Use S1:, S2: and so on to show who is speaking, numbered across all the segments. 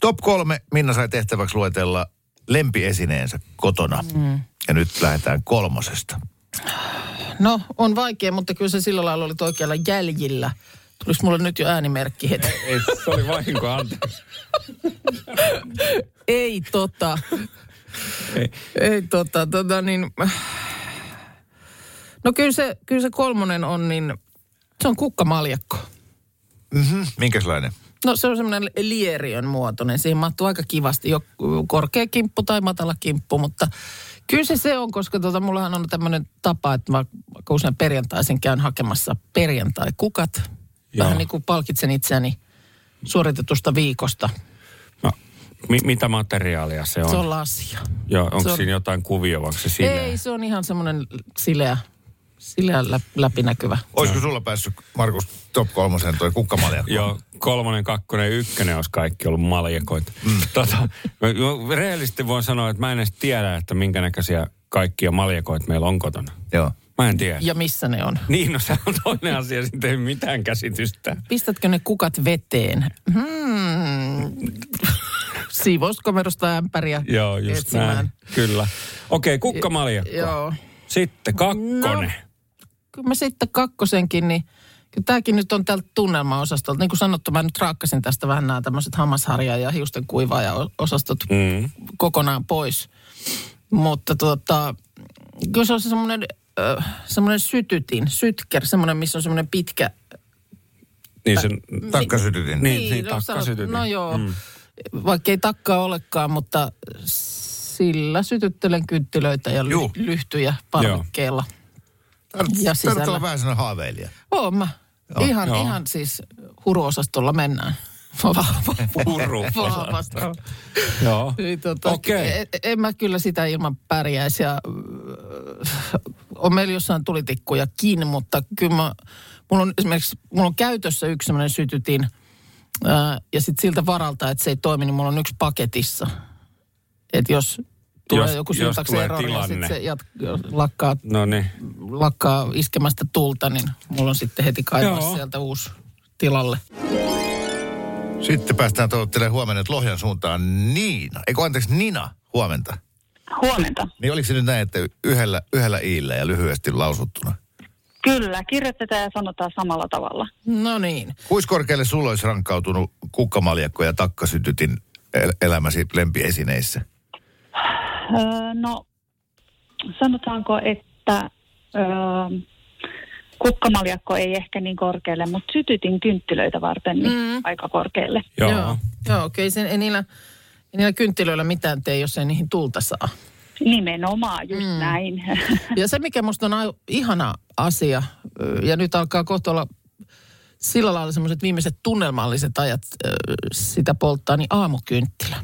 S1: Top kolme. Minna sai tehtäväksi luetella lempiesineensä kotona. Mm. Ja nyt lähdetään kolmosesta.
S2: No, on vaikea, mutta kyllä se sillä lailla oli oikealla jäljillä. Tulisi mulle nyt jo äänimerkki heti.
S3: Ei, se oli vahinko, anteeksi.
S2: Ei tota.
S3: Ei.
S2: Ei tota, tota niin... No kyllä se, kyllä se kolmonen on niin, se on kukkamaljakko.
S3: Mm-hmm.
S1: Minkäslainen?
S2: No se on semmoinen lieriön muotoinen. Siihen mahtuu aika kivasti jo korkea kimppu tai matala kimppu, mutta kyllä se se on, koska tota, mullahan on tämmöinen tapa, että mä aika usein perjantaisin käyn hakemassa perjantai-kukat.
S3: Joo.
S2: Vähän niin kuin palkitsen itseäni suoritetusta viikosta.
S3: No, mi- mitä materiaalia se on?
S2: Se on lasia.
S3: Joo, onko
S2: se on-
S3: siinä jotain kuvia, vai onko se siinä?
S2: Ei, se on ihan semmoinen sileä, sileä lä- läpinäkyvä.
S1: Olisiko sulla päässyt, Markus, top kolmosen toi kukkamaljakko?
S3: Joo, kolmonen, kakkonen, ykkönen olisi kaikki ollut maljakoita. Mm. Tota, mä- mä rehellisesti voin sanoa, että mä en edes tiedä, että minkä näköisiä kaikkia maljakoita meillä on kotona.
S1: Joo.
S3: Mä en tiedä. Ja.
S2: Ja missä ne on?
S3: Niin, no se on toinen asia, sitten ei mitään käsitystä.
S2: Pistätkö ne kukat veteen? Hmm. Siivouskomerosta ämpäriä
S3: Joo, just
S2: etsimään.
S3: näin. Kyllä. Okei, okay, kukkamaljakko.
S2: Joo.
S3: Sitten kakkonen.
S2: Kyllä mä sitten kakkosenkin, niin kyllä tämäkin nyt on tältä tunnelmaosastolta. Niin kuin sanottu, mä nyt raakkasin tästä vähän nämä tämmöiset hammasharja- ja hiusten kuivaaja-osastot
S3: No. Mm.
S2: kokonaan pois. Mutta tota, kyllä se on se semmoinen, äh, semmoinen sytytin, sytker, semmoinen, missä on semmoinen pitkä
S3: Niin sen...
S1: Takkasytytin.
S3: Niin. niin,
S2: no,
S3: takka
S2: sanot-
S3: sytytin.
S2: No joo, mm. vaikka ei takkaa olekaan, mutta sillä sytyttelen kynttilöitä ja
S1: Juu.
S2: ly- lyhtyjä parvekkeella. Ja
S1: Tart-
S2: sisällä.
S1: Tartu on vähän sellainen haaveilija.
S2: Oon mä. Joo, ihan,
S3: joo.
S2: joo. ihan siis huruosastolla mennään. Vahva-
S3: Puru.
S2: Vahvasti.
S3: Joo.
S2: Niin, tota,
S3: Okei.
S2: en, en mä kyllä sitä ilman pärjäisi. Ja, äh, on meillä jossain tulitikkujakin, mutta kyllä mä, mulla on esimerkiksi mulla on käytössä yksi sellainen sytytin. Ää, ja sitten siltä varalta, että se ei toimi, niin mulla on yksi paketissa. Että jos tulee
S3: Jos-
S2: joku
S3: jos tulee
S2: syntaksi erori ja
S3: tilanne.
S2: sitten se jat- jos lakkaa,
S3: No niin.
S2: lakkaa iskemästä tulta, niin mulla on sitten heti kaivaa
S3: Joo.
S2: sieltä uusi tilalle.
S1: Sitten päästään toivottelemaan huomenna, että Lohjan suuntaan Niina. Eikö anteeksi, Nina, huomenta.
S4: Huomenta.
S1: Niin oliko se nyt näin, että yhdellä, yhdellä iillä ja lyhyesti lausuttuna?
S4: Kyllä, kirjoitetaan ja sanotaan samalla tavalla.
S2: No niin.
S1: Kuiskorkealle sulla olisi rankkautunut kukkamaljakko ja takkasytytin el- elämäsi lempiesineissä?
S4: Öö, no, sanotaanko, että öö, kukkamaljakko ei ehkä niin korkealle, mutta sytytin kynttilöitä varten niin mm. aika korkealle.
S3: Joo.
S2: Joo, joo okei. Sen, ei, niillä, ei niillä kynttilöillä mitään tee, jos ei niihin tulta saa.
S4: Nimenomaan, just mm. näin.
S2: Ja se, mikä musta on ai- ihana asia, ö, ja nyt alkaa kohta olla sillä lailla semmoiset viimeiset tunnelmalliset ajat ö, sitä polttaa, niin aamukynttilä.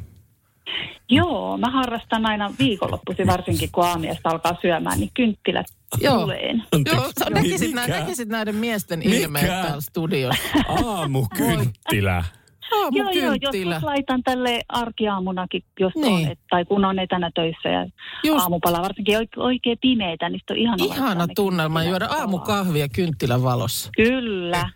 S4: Joo, mä harrastan aina viikonloppuisin, varsinkin kun aamiaista alkaa syömään, niin kynttilät
S2: Joo.
S4: tuleen.
S2: Joo, sä näkisit,
S3: Mikä?
S2: nä, näkisit näiden miesten
S3: Mikä?
S2: ilmeet täällä studiossa.
S3: Aamukynttilä.
S4: Joo, joo, joskus
S2: Aamukynttilä.
S4: laitan tälle arkiaamunakin, jos
S2: Niin.
S4: on, et, tai kun on etänä töissä ja
S2: Just.
S4: Just. aamupala, varsinkin oike, oikein pimeitä, niin sit on ihana laittaa
S2: Ihana
S4: ne
S2: tunnelma
S4: kynttilät
S2: juoda
S4: valaa.
S2: aamukahvia kynttilän valossa.
S4: Kyllä,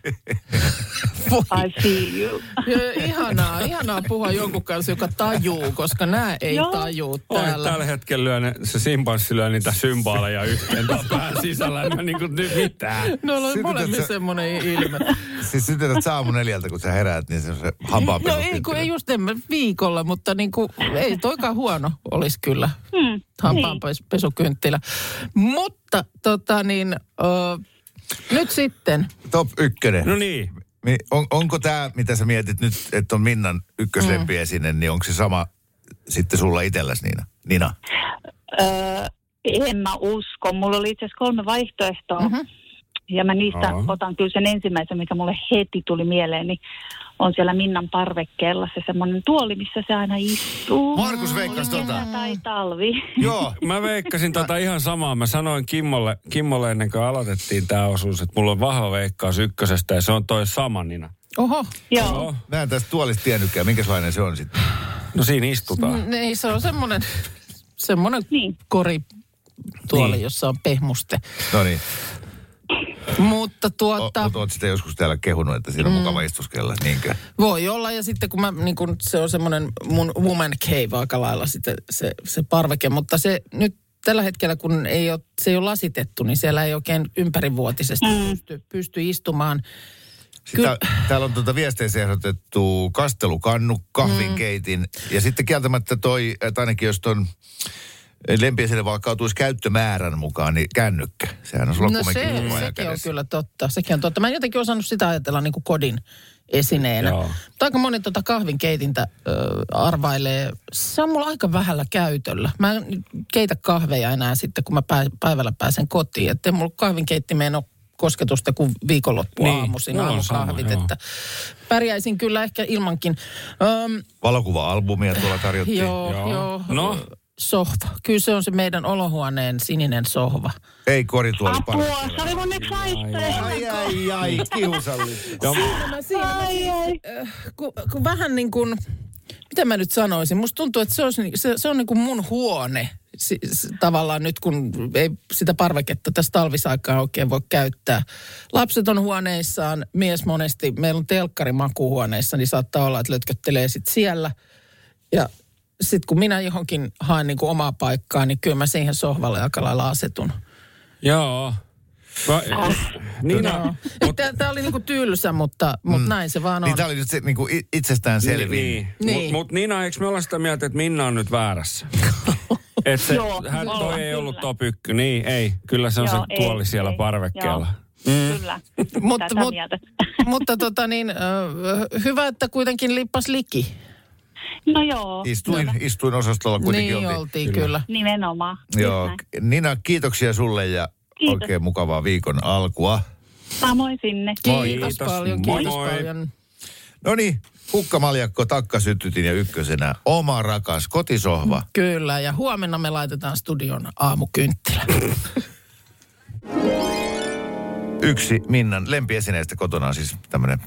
S2: Voi.
S4: I see you.
S2: Joo, Ihanaa, ihanaa puhua jonkun kanssa, joka tajuu, koska nämä ei
S4: Joo.
S2: tajuu
S3: Oi,
S2: täällä.
S3: tällä hetkellä lyö ne, se simpanssi lyö niitä symbaaleja yhteen tuossa pään sisällä. En Mä niinku nyt mitään.
S2: No oli
S1: Sytytät
S2: molemmilla
S1: sä-
S2: semmoinen ilme.
S1: Siis sytytät sä aamu neljältä, kun sä heräät, niin se on se hampaa
S2: No ei, kun ei just emme viikolla, mutta niin kuin, ei toikaan huono olisi kyllä.
S4: Hmm.
S2: Hampaanpesukynttilä. Mutta tota niin, ö, nyt sitten.
S1: Top ykkönen.
S3: No niin.
S1: Mi- On, onko tämä, mitä sä mietit nyt, että on Minnan
S2: Mm.
S1: ykköslempiesine, niin onko se sama sitten sulla itselläs, Niina? Nina?
S4: Öö, en mä usko. Mulla oli itse asiassa kolme vaihtoehtoa.
S2: Mhm.
S4: Mm-hmm. Ja mä niistä
S3: Joo.
S4: otan kyllä sen ensimmäisen, mikä mulle heti tuli mieleen, niin on siellä Minnan parvekkeella se semmoinen tuoli, missä se aina istuu.
S1: Markus veikkas
S4: Oli
S1: tota.
S4: kesä Tai talvi.
S1: Joo.
S3: Mä veikkasin tota ihan samaa. Mä sanoin Kimmolle, Kimmolle ennen kuin aloitettiin tämä osuus, että mulla on vahva veikkaus ykkösestä ja se on toi sama Nina.
S2: Oho,
S4: Joo.
S1: Mä en tästä tuolista tiennytkään, minkälainen se on sitten.
S3: No siinä istutaan.
S2: n- ei Mm, niin, se on semmoinen, semmoinen
S4: Niin.
S2: kori tuoli,
S3: Niin.
S2: jossa on pehmuste.
S1: No niin.
S2: Mutta
S1: Mutta
S2: tuota...
S1: oot sitä joskus täällä kehunut, että siinä on
S2: Mm.
S1: mukava istuskella, niinkö?
S2: Voi olla, ja sitten kun mä, niin kun se on semmoinen mun woman cave aika lailla sitten se, se parveke, mutta se nyt tällä hetkellä, kun ei ole, se ei ole lasitettu, niin siellä ei oikein ympärivuotisesti mm. pysty, pysty istumaan.
S1: Sitä, Siis täällä on tuota viesteissä ehdotettu kastelukannu, kahvinkeitin mm. ja sitten kieltämättä toi, että ainakin jos ton lempiesille valkkautuisi käyttömäärän mukaan, niin kännykkä. Sehän on sulla
S2: No
S1: kumminkin koko
S2: se,
S1: ajan
S2: sekin on
S1: kädessä.
S2: kyllä totta, sekin on totta. Mä en jotenkin osannut sitä ajatella niin kuin kodin esineenä.
S3: Joo.
S2: Mutta aika moni tuota kahvinkeitintä ö, arvailee. Se on mulla aika vähällä käytöllä. Mä en nyt keitä kahveja enää sitten, kun mä pää- päivällä pääsen kotiin. Että ei mulla kahvinkeittimeen ole kosketusta kuin
S3: Niin,
S2: viikonloppuaamuisin niin,
S3: mulla on sama,
S2: aamukahvit.
S3: joo.
S2: Että pärjäisin kyllä ehkä ilmankin. Öm,
S1: Valokuva-albumia tuolla tarjottiin.
S2: joo, joo.
S3: Joo.
S2: joo.
S3: No?
S2: Sohva. Kyllä se on se meidän olohuoneen sininen sohva.
S1: Ei kori tuolla
S4: Apua,
S1: parempi.
S4: se oli mun yksi vaihtoehto.
S1: Ai, ai, ai, kiusallista.
S3: Joo,
S2: Mä siinä
S4: Ai, ai.
S2: kun, kun Äh, vähän niin kuin, mitä mä nyt sanoisin, musta tuntuu, että se, olisi, ni- se, se on niin kuin mun huone si, s, tavallaan nyt, kun ei sitä parveketta tässä talvisaikaan oikein voi käyttää. Lapset on huoneissaan, mies monesti, meillä on telkkari makuuhuoneessa, niin saattaa olla, että lötköttelee sit siellä. Ja sitten kun minä johonkin haen niin kuin omaa paikkaa, niin kyllä mä siihen sohvalle aika lailla asetun.
S3: joo. Mä, Niina,
S2: Tämä oli niin kuin tylsä, mutta, mutta mm. näin se vaan on.
S1: Niin tää oli nyt se niin kuin itsestään selviin.
S3: Niin.
S2: Niin.
S3: Mutta mut Niina, eikö me olla sitä mieltä, että Minna on nyt väärässä? Et se,
S4: Joo,
S3: hän, toi
S4: ollaan,
S3: ei ollut
S4: kyllä.
S3: top ykkönen. Niin, ei. Kyllä se on
S4: Joo,
S3: se tuoli
S4: ei,
S3: siellä
S4: ei.
S3: parvekkeella.
S4: Joo, Kyllä,
S2: Mut-
S4: tätä
S2: mut-
S4: mieltä.
S2: Mutta tota niin, ö, hyvä, että kuitenkin lippas liki.
S4: No joo,
S1: Istuin, istuin osastolla kuitenkin.
S2: niin
S1: oltiin.
S2: oltiin kyllä. kyllä.
S4: nimenomaan.
S1: Joo.
S4: Just näin.
S1: Nina, kiitoksia sulle ja
S4: Kiitos.
S1: oikein mukavaa viikon alkua.
S4: Samoin sinne.
S2: Kiitos,
S3: Kiitos,
S2: paljon,
S3: moi
S2: kiitos
S3: moi.
S2: paljon.
S1: No niin, hukkamaljakko, takkasyttytin ja ykkösenä. Oma rakas kotisohva.
S2: Kyllä, ja huomenna me laitetaan studion aamukynttilä.
S1: Yksi Minnan lempiesineistä kotona on siis tämmöinen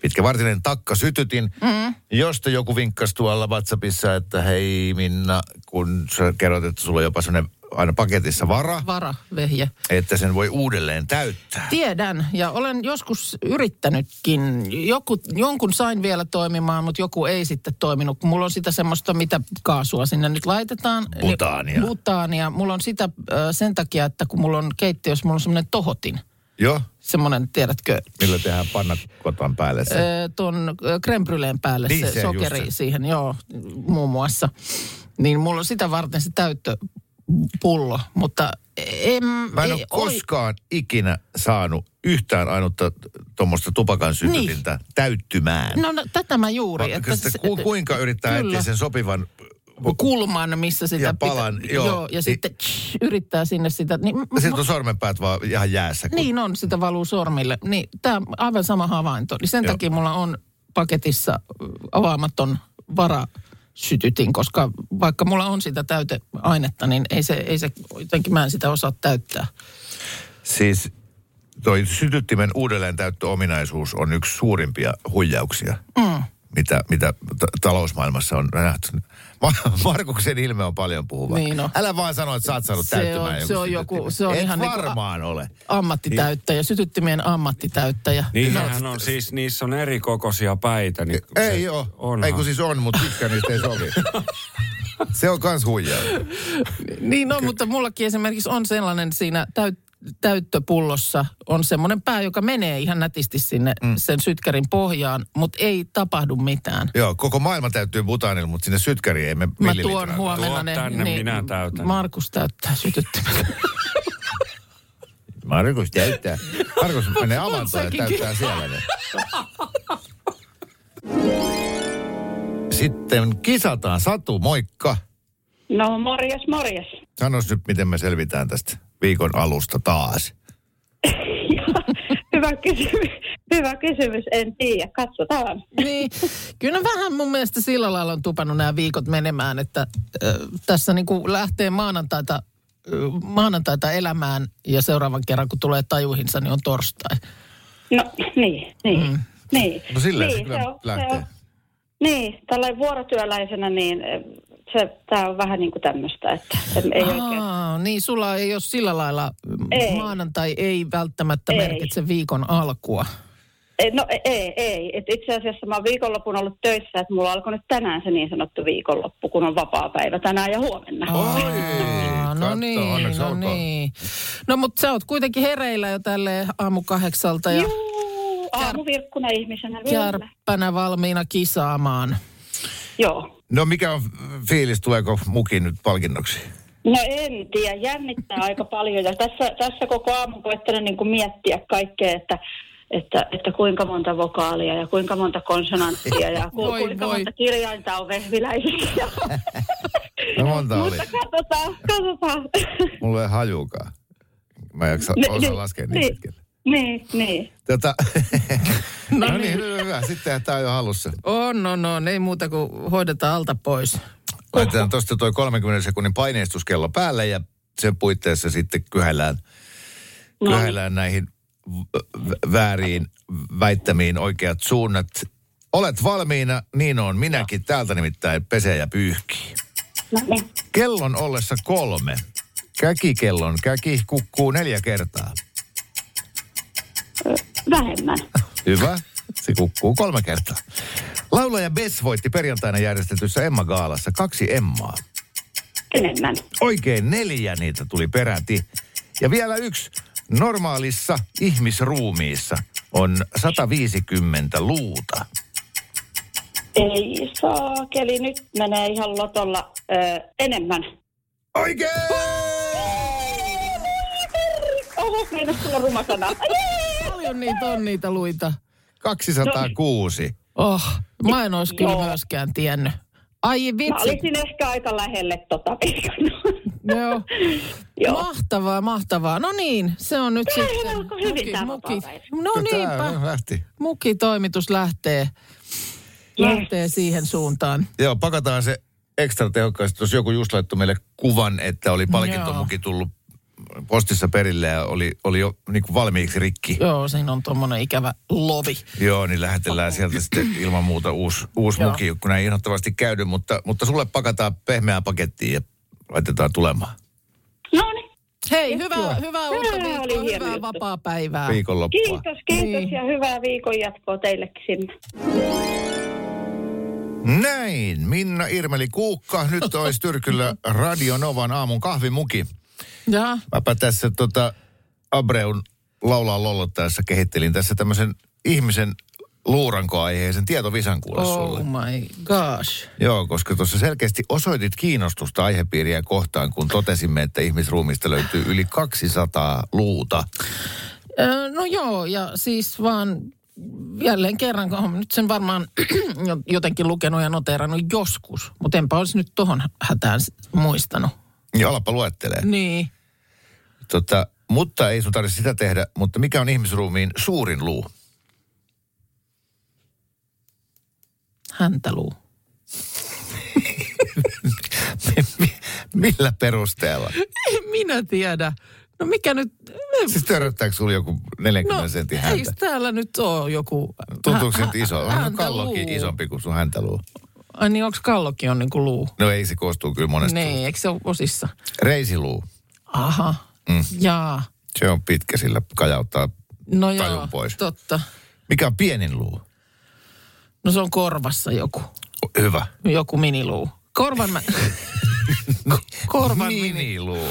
S1: pitkävartinen takkasytytin, mm. josta joku vinkkasi tuolla WhatsAppissa, että hei Minna, kun sä kerroit, että sulla on jopa semmoinen aina paketissa vara,
S2: Vara, vehje.
S1: että sen voi uudelleen täyttää.
S2: Tiedän, ja olen joskus yrittänytkin. Joku, jonkun sain vielä toimimaan, mutta joku ei sitten toiminut. Mulla on sitä semmoista, mitä kaasua sinne nyt laitetaan.
S1: Butaania.
S2: Ni- Butaania. Mulla on sitä ö, sen takia, että kun mulla on keittiössä, mulla on semmoinen tohotin.
S1: Joo,
S2: Semmoinen, tiedätkö,
S1: millä tehdään pannakotan päälle se.
S2: Ö, tuon krembryleen päälle
S1: Niin,
S2: niin, se,
S1: se,
S2: se
S1: just
S2: sokeri
S1: se.
S2: se. siihen, joo, muun muassa. Niin mulla on sitä varten se täyttöpullo, mutta en...
S1: Mä en
S2: ei-
S1: ole
S2: oi-
S1: koskaan ikinä saanut yhtään ainutta tuommoista tupakan sytytintä niin. täyttymään.
S2: No, no tätä mä juuri.
S1: Vaikka sitä
S2: se-
S1: ku, kuinka yrittää
S2: kyllä.
S1: etsiä sen sopivan...
S2: kulman, missä sitä
S1: Ja palan,
S2: pitä,
S1: joo.
S2: joo. ja
S1: Niin-
S2: sitten tsch, yrittää sinne sitä. Niin, m-
S1: Sitten on sormenpäät vaan ihan jäässä. Kun...
S2: Niin on, sitä valuu sormille. Niin, tämä on aivan sama havainto. Niin sen
S1: Joo.
S2: Joo. takia mulla on paketissa ö, avaamaton vara sytytin, koska vaikka mulla on sitä täyteainetta, niin ei se, ei se jotenkin mä en sitä osaa täyttää.
S1: Siis toi sytyttimen uudelleentäyttöominaisuus on yksi suurimpia huijauksia, mm. mitä, mitä ta- talousmaailmassa on nähty. Ma- Markuksen ilme on paljon puhuva.
S2: Niin on.
S1: Älä vaan sano, että sä oot saanut
S2: Se
S1: täyttymään
S2: on- se on joku-
S1: sytyttimen.
S2: se on
S1: Et
S2: ihan niinku-
S1: varmaan ole.
S2: Ammattitäyttäjä, sytyttimien ammattitäyttäjä.
S3: Niinhän on siis, niissä on eri kokoisia päitä. Niin
S1: Ei
S3: se-
S1: joo.
S3: onhan.
S1: Ei kun siis on, mutta tykkään niistä ei sovi. Se on kans huijaa.
S2: Niin on, mutta mullakin esimerkiksi on sellainen siinä täyt- täyttöpullossa, on semmoinen pää, joka menee ihan nätisti sinne mm. sen sytkärin pohjaan, mutta ei tapahdu mitään.
S1: Joo, koko maailma täytyy butaanilla, mutta sinne sytkäriin ei me
S2: Mä
S1: millilitralla.
S2: tuon huomenna niin
S3: Tuo tänne, minä täytän.
S2: Markus täyttää sytyttimet.
S1: Markus täyttää. Markus menee avantoon ja
S2: Säkin
S1: täyttää siellä ne. Sitten kisataan. Satu, moikka.
S4: No morjes, morjes.
S1: Sanois nyt, miten me selvitään tästä viikon alusta taas.
S4: Hyvä kysymys. Hyvä kysymys, en tiedä. Katsotaan.
S2: niin, kyllä vähän mun mielestä sillä lailla on tupannut nämä viikot menemään, että ö, tässä niin kuin lähtee maanantaita, ö, maanantaita elämään ja seuraavan kerran kun tulee tajuihinsa, niin on torstai.
S4: No niin, niin. Mm. niin.
S1: No silleen se
S4: niin,
S1: kyllä lähtee.
S4: Niin, tällä vuorotyöläisenä niin eh,
S5: se, tämä on vähän niin kuin tämmöistä, että se ei oikein.
S2: Aa, niin, sulla ei ole sillä lailla, ei.
S5: Ei.
S2: maanantai ei välttämättä ei.
S5: Ei.
S2: merkitse viikon alkua.
S5: Ei, No ei, ei. Et itse asiassa mä oon viikonloppuun ollut töissä, että mulla alkoi nyt tänään se niin sanottu viikonloppu, kun on vapaa päivä tänään ja huomenna.
S1: Oi,
S2: Aa,
S1: katso,
S2: no niin,
S1: onneksi
S2: no
S1: olkoon.
S2: niin. No mutta sä oot kuitenkin hereillä jo tälle aamu kahdeksalta ja
S5: Juu, aamuvirkkuna ihmisenä vielä.
S2: kärppänä valmiina kisaamaan.
S5: Joo.
S1: No mikä on fiilis, tuleeko muki nyt palkinnoksi?
S5: No en tiedä, jännittää aika paljon ja tässä, tässä koko aamu koettelen niin kuin miettiä kaikkea, että, että, että kuinka monta vokaalia ja kuinka monta konsonanttia ja ku,
S2: Voi,
S5: kuinka
S2: voi.
S5: monta kirjainta on vehviläisissä.
S1: No monta oli.
S5: Mutta katsotaan, katsotaan.
S1: Mulla ei hajukaan. Mä en jaksa,
S5: Ni-
S1: osaa
S5: ni-
S1: laskea niin
S5: ni-
S1: pitkälle.
S5: niin, niin.
S1: Tota, no niin, hyvä, hyvä. Sitten tämä on jo halussa.
S2: On, on, on. Ei muuta kuin hoidetaan alta pois.
S1: Laitetaan tuosta toi 30 sekunnin paineistuskello päälle ja sen puitteissa sitten kyhäillään,
S5: No.
S1: kyhäillään näihin v- v- vääriin väittämiin oikeat suunnat. Olet valmiina, niin on minäkin. Täältä nimittäin pesee ja pyyhkii.
S5: No niin.
S1: Kellon ollessa kolme. Käkikellon käki kukkuu neljä kertaa.
S5: Vähemmän.
S1: Hyvä. Se kukkuu kolme kertaa. Laulaja Bess voitti perjantaina järjestetyssä Emma-gaalassa kaksi Emmaa.
S5: Enemmän.
S1: Oikein neljä niitä tuli peräti. Ja vielä yksi. Normaalissa ihmisruumiissa on 150 luuta.
S5: Ei saakeli, nyt menee ihan lotolla ö, enemmän.
S1: Oikein!
S5: Oho, meinas tulla ruma sana.
S2: Paljon niitä on niitä luita.
S1: 206.
S2: Oh, mä en olisi kyllä
S5: Joo.
S2: myöskään tiennyt. Ai
S5: Mä
S2: vitsi.
S5: olisin ehkä aika lähelle tota
S2: Joo.
S5: Joo.
S2: Mahtavaa, mahtavaa. No niin, se on nyt
S5: Näinhän
S2: sitten.
S5: alkoi hyvin tää vapaapäivä.
S2: No niinpä.
S1: Tää lähti.
S2: Mukitoimitus lähtee, lähtee siihen suuntaan.
S1: Joo, pakataan se ekstra tehokkaasti. Tuossa joku just laittoi meille kuvan, että oli palkintomuki tullut postissa perille ja oli, oli jo niin kuin valmiiksi rikki.
S2: Joo, siinä on tuommoinen ikävä lovi.
S1: Joo, niin lähetellään sieltä sitten ilman muuta uusi, uusi
S2: Oh. Joo.
S1: muki, kun ei innoittavasti käydy, mutta, mutta sulle pakataan pehmeää pakettiin ja laitetaan tulemaan
S5: No niin.
S2: Hei, hyvää, hyvää uutta
S5: Tää oli
S2: viikkoa,
S5: hieno
S2: hyvää
S5: juttu.
S2: vapaa-päivää.
S1: Niin. viikonloppua.
S5: Kiitos, kiitos
S2: Niin.
S5: ja hyvää viikon jatkoa teillekin sinne.
S1: Näin, Minna Irmeli Kuukka, nyt olisi Tyrkyllä Radio Novan aamun kahvimuki.
S2: Ja,
S1: Mäpä tässä tota Abreun laulaa lollottaessa kehittelin tässä tämmöisen ihmisen luurankoaiheisen tietovisan kuule
S2: oh
S1: sulle.
S2: my gosh.
S1: Joo, koska tuossa selkeästi osoitit kiinnostusta aihepiiriä kohtaan, kun totesimme, että ihmisruumista löytyy yli 200 luuta.
S2: Ö, No joo, ja siis vaan jälleen kerran, kun olen nyt sen varmaan jotenkin lukenut ja noteerannut joskus, mutta enpä olisi nyt tohon hätään s- muistanut.
S1: Niin alapa luettelee.
S2: Niin.
S1: Tota, mutta ei sun tarvitse sitä tehdä, mutta mikä on ihmisruumiin suurin luu?
S2: Häntäluu.
S1: Millä perusteella?
S2: En minä tiedä. No mikä nyt...
S1: Siis törröttääkö sulla joku 40
S2: No,
S1: sentin
S2: eikö
S1: häntä?
S2: täällä nyt ole joku...
S1: Tuntuuko se
S2: hä-
S1: nyt iso?
S2: hä-
S1: Onhan kallokin
S2: häntäluu?
S1: isompi kuin sun häntäluu.
S2: Ai niin, onko kallokin on niin kuin luu?
S1: No ei, se koostuu kyllä monesta.
S2: Niin, eikö se ole osissa?
S1: Reisiluu.
S2: Aha. Mm. Jaa.
S1: Se on pitkä, sillä kajauttaa.
S2: No joo,
S1: Tajun pois.
S2: totta.
S1: Mikä on pienin luu?
S2: No se on korvassa joku,
S1: O- Hyvä.
S2: joku miniluu. Korvan mä... Korvan
S1: Niin.
S2: mini.
S1: Miniluu.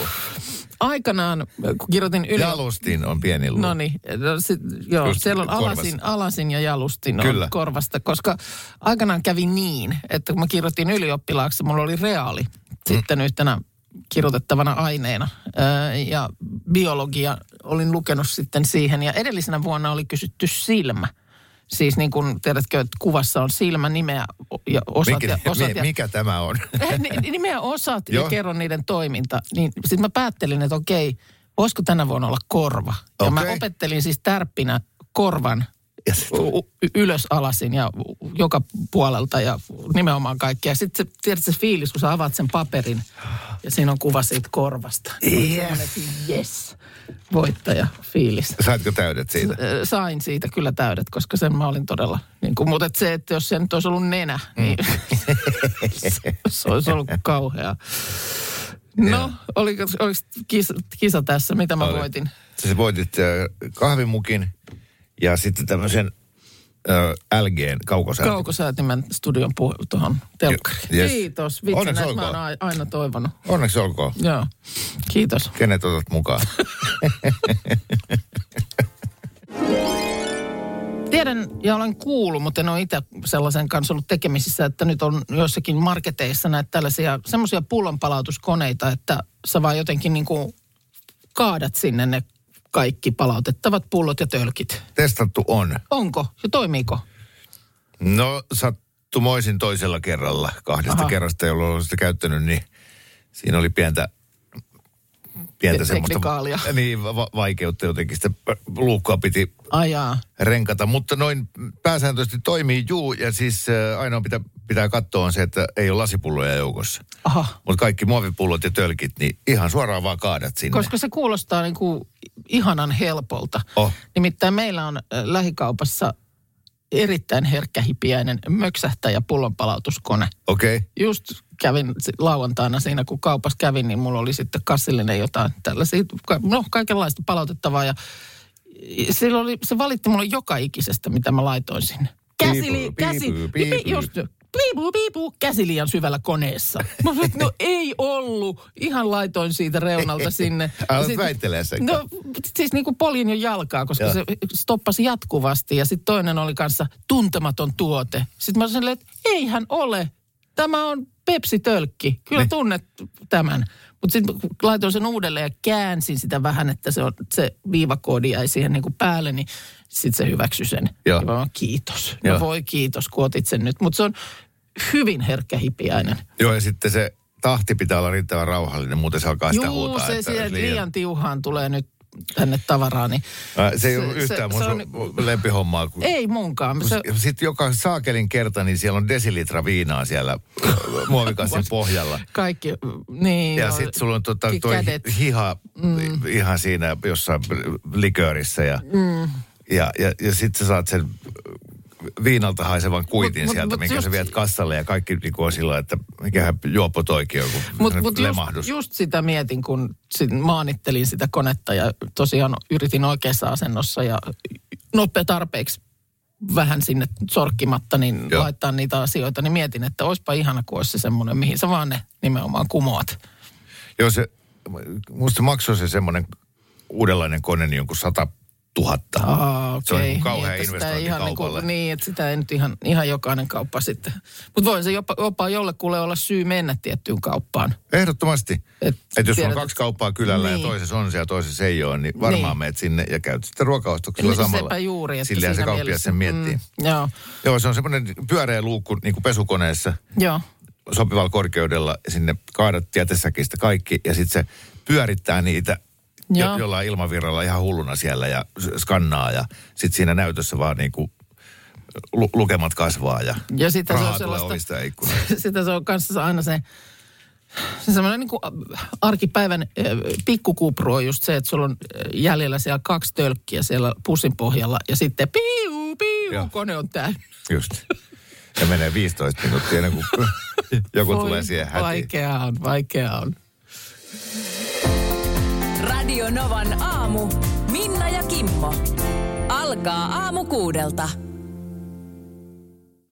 S2: Aikanaan, kun kirjoitin yli...
S1: Jalustin on pieni luu.
S2: No niin, no sit, joo,
S1: Just
S2: siellä on
S1: korvassa.
S2: alasin, alasin ja jalustin on
S1: Kyllä.
S2: korvasta, koska aikanaan kävi niin, että kun mä kirjoitin ylioppilaaksi, mulla oli reaali sitten
S1: Mm.
S2: yhtenä kirjoitettavana aineena Öö, ja biologia olin lukenut sitten siihen ja edellisenä vuonna oli kysytty silmä. Siis niin kuin tiedätkö, että kuvassa on silmä, nimeä o- ja osat
S1: Mikä,
S2: ja, osat
S1: mi,
S2: ja
S1: mikä tämä on?
S2: Ni- nimeä osat ja
S1: Joo.
S2: kerron niiden toiminta. Niin sitten mä päättelin, että okei, voisiko tänä vuonna olla korva? Ja mä
S1: Okei.
S2: opettelin siis tärppinä korvan
S1: Ja sit-
S2: u- u- ylös alasin ja u- joka puolelta ja nimenomaan kaikkea. Sitten se, tiedät se fiilis, kun sä avaat sen paperin Ja siinä on kuva siitä korvasta.
S1: Yes.
S2: Yes. Voittaja fiilis.
S1: Saitko täydet siitä?
S2: Ö, Sain siitä kyllä täydet, koska sen mä olin todella... Niin kuin, mutta et se, että jos se nyt olisi ollut nenä, niin
S1: Mm.
S2: se, se olisi ollut kauheaa. No, oliko, oliko kisa, kisa tässä? Mitä mä
S1: Oli.
S2: voitin?
S1: Sä voitit äh, kahvimukin ja sitten tämmöisen äh, LGn kaukosäätimen.
S2: Kaukosäätimen studion puh- tuohon telkkariin.
S1: Jo- yes.
S2: Kiitos. Vitsi,
S1: Onneksi
S2: näitä mä oon
S1: olkoon.
S2: ai- aina toivonut.
S1: Onneksi olkoon.
S2: Joo, kiitos.
S1: Kenet otat mukaan?
S2: Tiedän ja olen kuullut, mutta en ole itse sellaisen kanssa ollut tekemisissä, että nyt on joissakin marketeissa näitä tällaisia semmoisia pullonpalautuskoneita, että sä vaan jotenkin niin kuin kaadat sinne ne kaikki palautettavat pullot ja tölkit.
S1: Testattu on.
S2: Onko ja toimiiko?
S1: No sattumoisin toisella kerralla, kahdesta
S2: Aha.
S1: Aha. kerrasta, jolloin olen sitä käyttänyt, niin siinä oli pientä, pientä
S2: Te- teknikaalia.
S1: Niin, va- vaikeutta jotenkin sitä luukkoa piti
S2: Ajaa.
S1: renkata, mutta noin pääsääntöisesti toimii juu, ja siis äh, ainoa mitä pitää katsoa on se, että ei ole lasipulloja joukossa.
S2: Aha.
S1: Mutta kaikki muovipullot ja tölkit, niin ihan suoraan vaan kaadat sinne.
S2: Koska se kuulostaa niin kuin ihanan helpolta.
S1: Oh.
S2: Nimittäin meillä on ö, lähikaupassa erittäin herkkähipiäinen möksähtäjä pullonpalautuskone.
S1: Okei, okay.
S2: just kävin si- lauantaina siinä, kun kaupassa kävin, niin mulla oli sitten kassillinen jotain tällaisia, ka- no kaikenlaista palautettavaa. Ja ja sillä oli, se valitti mulle joka ikisestä, mitä mä laitoin sinne. Käsi,
S1: Piipuu,
S2: li- käsi,
S1: piipuu,
S2: pi- pi-
S1: piipuu.
S2: just, piipuu, piipuu, käsi liian syvällä koneessa. Mä sanoin, että no ei ollut. Ihan laitoin siitä reunalta sinne.
S1: Älä
S2: Sit-
S1: väittelee sen.
S2: No siis niin kuin poljin jo jalkaa, koska
S1: Joo.
S2: se stoppasi jatkuvasti. Ja sitten toinen oli kanssa tuntematon tuote. Sitten mä sanoin, että eihän ole. Tämä on Pepsi-tölkki. Kyllä
S1: Niin.
S2: tunnet tämän. Mutta sitten laitoin sen uudelleen ja käänsin sitä vähän, että se, on, se viivakoodi jäi siihen niin kuin päälle, niin sitten se hyväksyi sen.
S1: Joo.
S2: Ja mä vaan, kiitos. No
S1: Joo.
S2: voi kiitos, kun otit sen nyt. Mutta se on hyvin herkkähipiäinen.
S1: joo ja sitten se tahti pitää olla riittävän rauhallinen, muuten se alkaa sitä
S2: Juu,
S1: huutaa.
S2: se
S1: että
S2: siellä
S1: olisi
S2: liian tiuhaan tulee nyt tänne tavaraa, niin
S1: Ää, Se ei
S2: Se-
S1: ole
S2: se-
S1: yhtään mun
S2: se on- niinku-
S1: su- lempihommaa. Kun...
S2: ei munkaan. Se,
S1: Sitten joka saakelin kerta, niin siellä on desilitra viinaa siellä muovikassin pohjalla.
S2: kaikki, niin.
S1: Ja
S2: no,
S1: sitten sulla on tota,
S2: ki-
S1: toi
S2: kädet.
S1: hiha mm. ihan siinä jossain liköörissä. Ja, mm. ja, ja, ja sitten sä saat sen viinalta haisevan kuitin
S2: Mut-
S1: mut,
S2: mut-
S1: sieltä,
S2: mut
S1: mut, minkä
S2: just-
S1: sä viet kassalle. Ja kaikki niinku on sillä lailla, että mikähän juoppo toikin on, kun
S2: Mut,
S1: mut,
S2: mut
S1: lemahdus.
S2: just, just sitä mietin, kun sit maanittelin sitä konetta ja tosiaan yritin oikeassa asennossa ja nope tarpeeksi vähän sinne sorkkimatta, niin Joo.
S1: Joo.
S2: laittaa niitä asioita, niin mietin, että olisipa ihana, kun olisi se semmoinen, mihin sä vaan ne nimenomaan kumoat.
S1: Joo, se, musta maksoi se semmoinen uudenlainen kone niin jonkun sata tuhatta.
S2: Aa,
S1: Se on
S2: okei.
S1: niin kauhea
S2: että sitä ei
S1: investointi
S2: ihan niinku-
S1: kaupalle.
S2: Niin, että sitä ei nyt ihan, ihan jokainen kauppa sitten. Mutta voi se jopa, jopa jollekulle olla syy mennä tiettyyn kauppaan.
S1: Ehdottomasti.
S2: Et
S1: Et, et jos sulla
S2: Eh, tiedät,
S1: on kaksi kauppaa kylällä niin.
S2: Niin.
S1: ja toisessa on se ja toisessa ei ole, niin varmaan
S2: Niin.
S1: niin. meet sinne ja käyt sitten ruokaostoksella
S2: Niin,
S1: samalla.
S2: Sepä juuri. Että
S1: Sillähän se
S2: siinä
S1: kauppias sen
S2: mielessä-
S1: miettii. Mm.
S2: Mm, joo,
S1: Joo, se on semmoinen pyöreä luukku niin kuin pesukoneessa
S2: joo.
S1: sopivalla korkeudella. Sinne kaadat jätesäkistä kaikki ja sitten se pyörittää niitä
S2: Joo.
S1: jo, jollain ilmavirralla ihan hulluna siellä ja s- skannaa. Ja sitten siinä näytössä vaan niin kuin lu- lukemat kasvaa ja,
S2: Ja sitten se
S1: rahaa
S2: on
S1: tulee
S2: sellaista,
S1: ovista ja ikkunoista.
S2: sitä se on kanssa aina se, se semmoinen niin kuin arkipäivän ö, pikkukupru on just se, että sulla on ö, jäljellä siellä kaksi tölkkiä siellä pussin pohjalla ja sitten piu, piu,
S1: Joo.
S2: kone on täynnä.
S1: Just. Ja menee 15 minuuttia ennen kuin joku
S2: Voi,
S1: tulee siihen hätiin.
S2: Vaikeaa on, vaikeaa on.
S6: Radio Novan aamu. Minna ja Kimmo. Alkaa aamu kuudelta.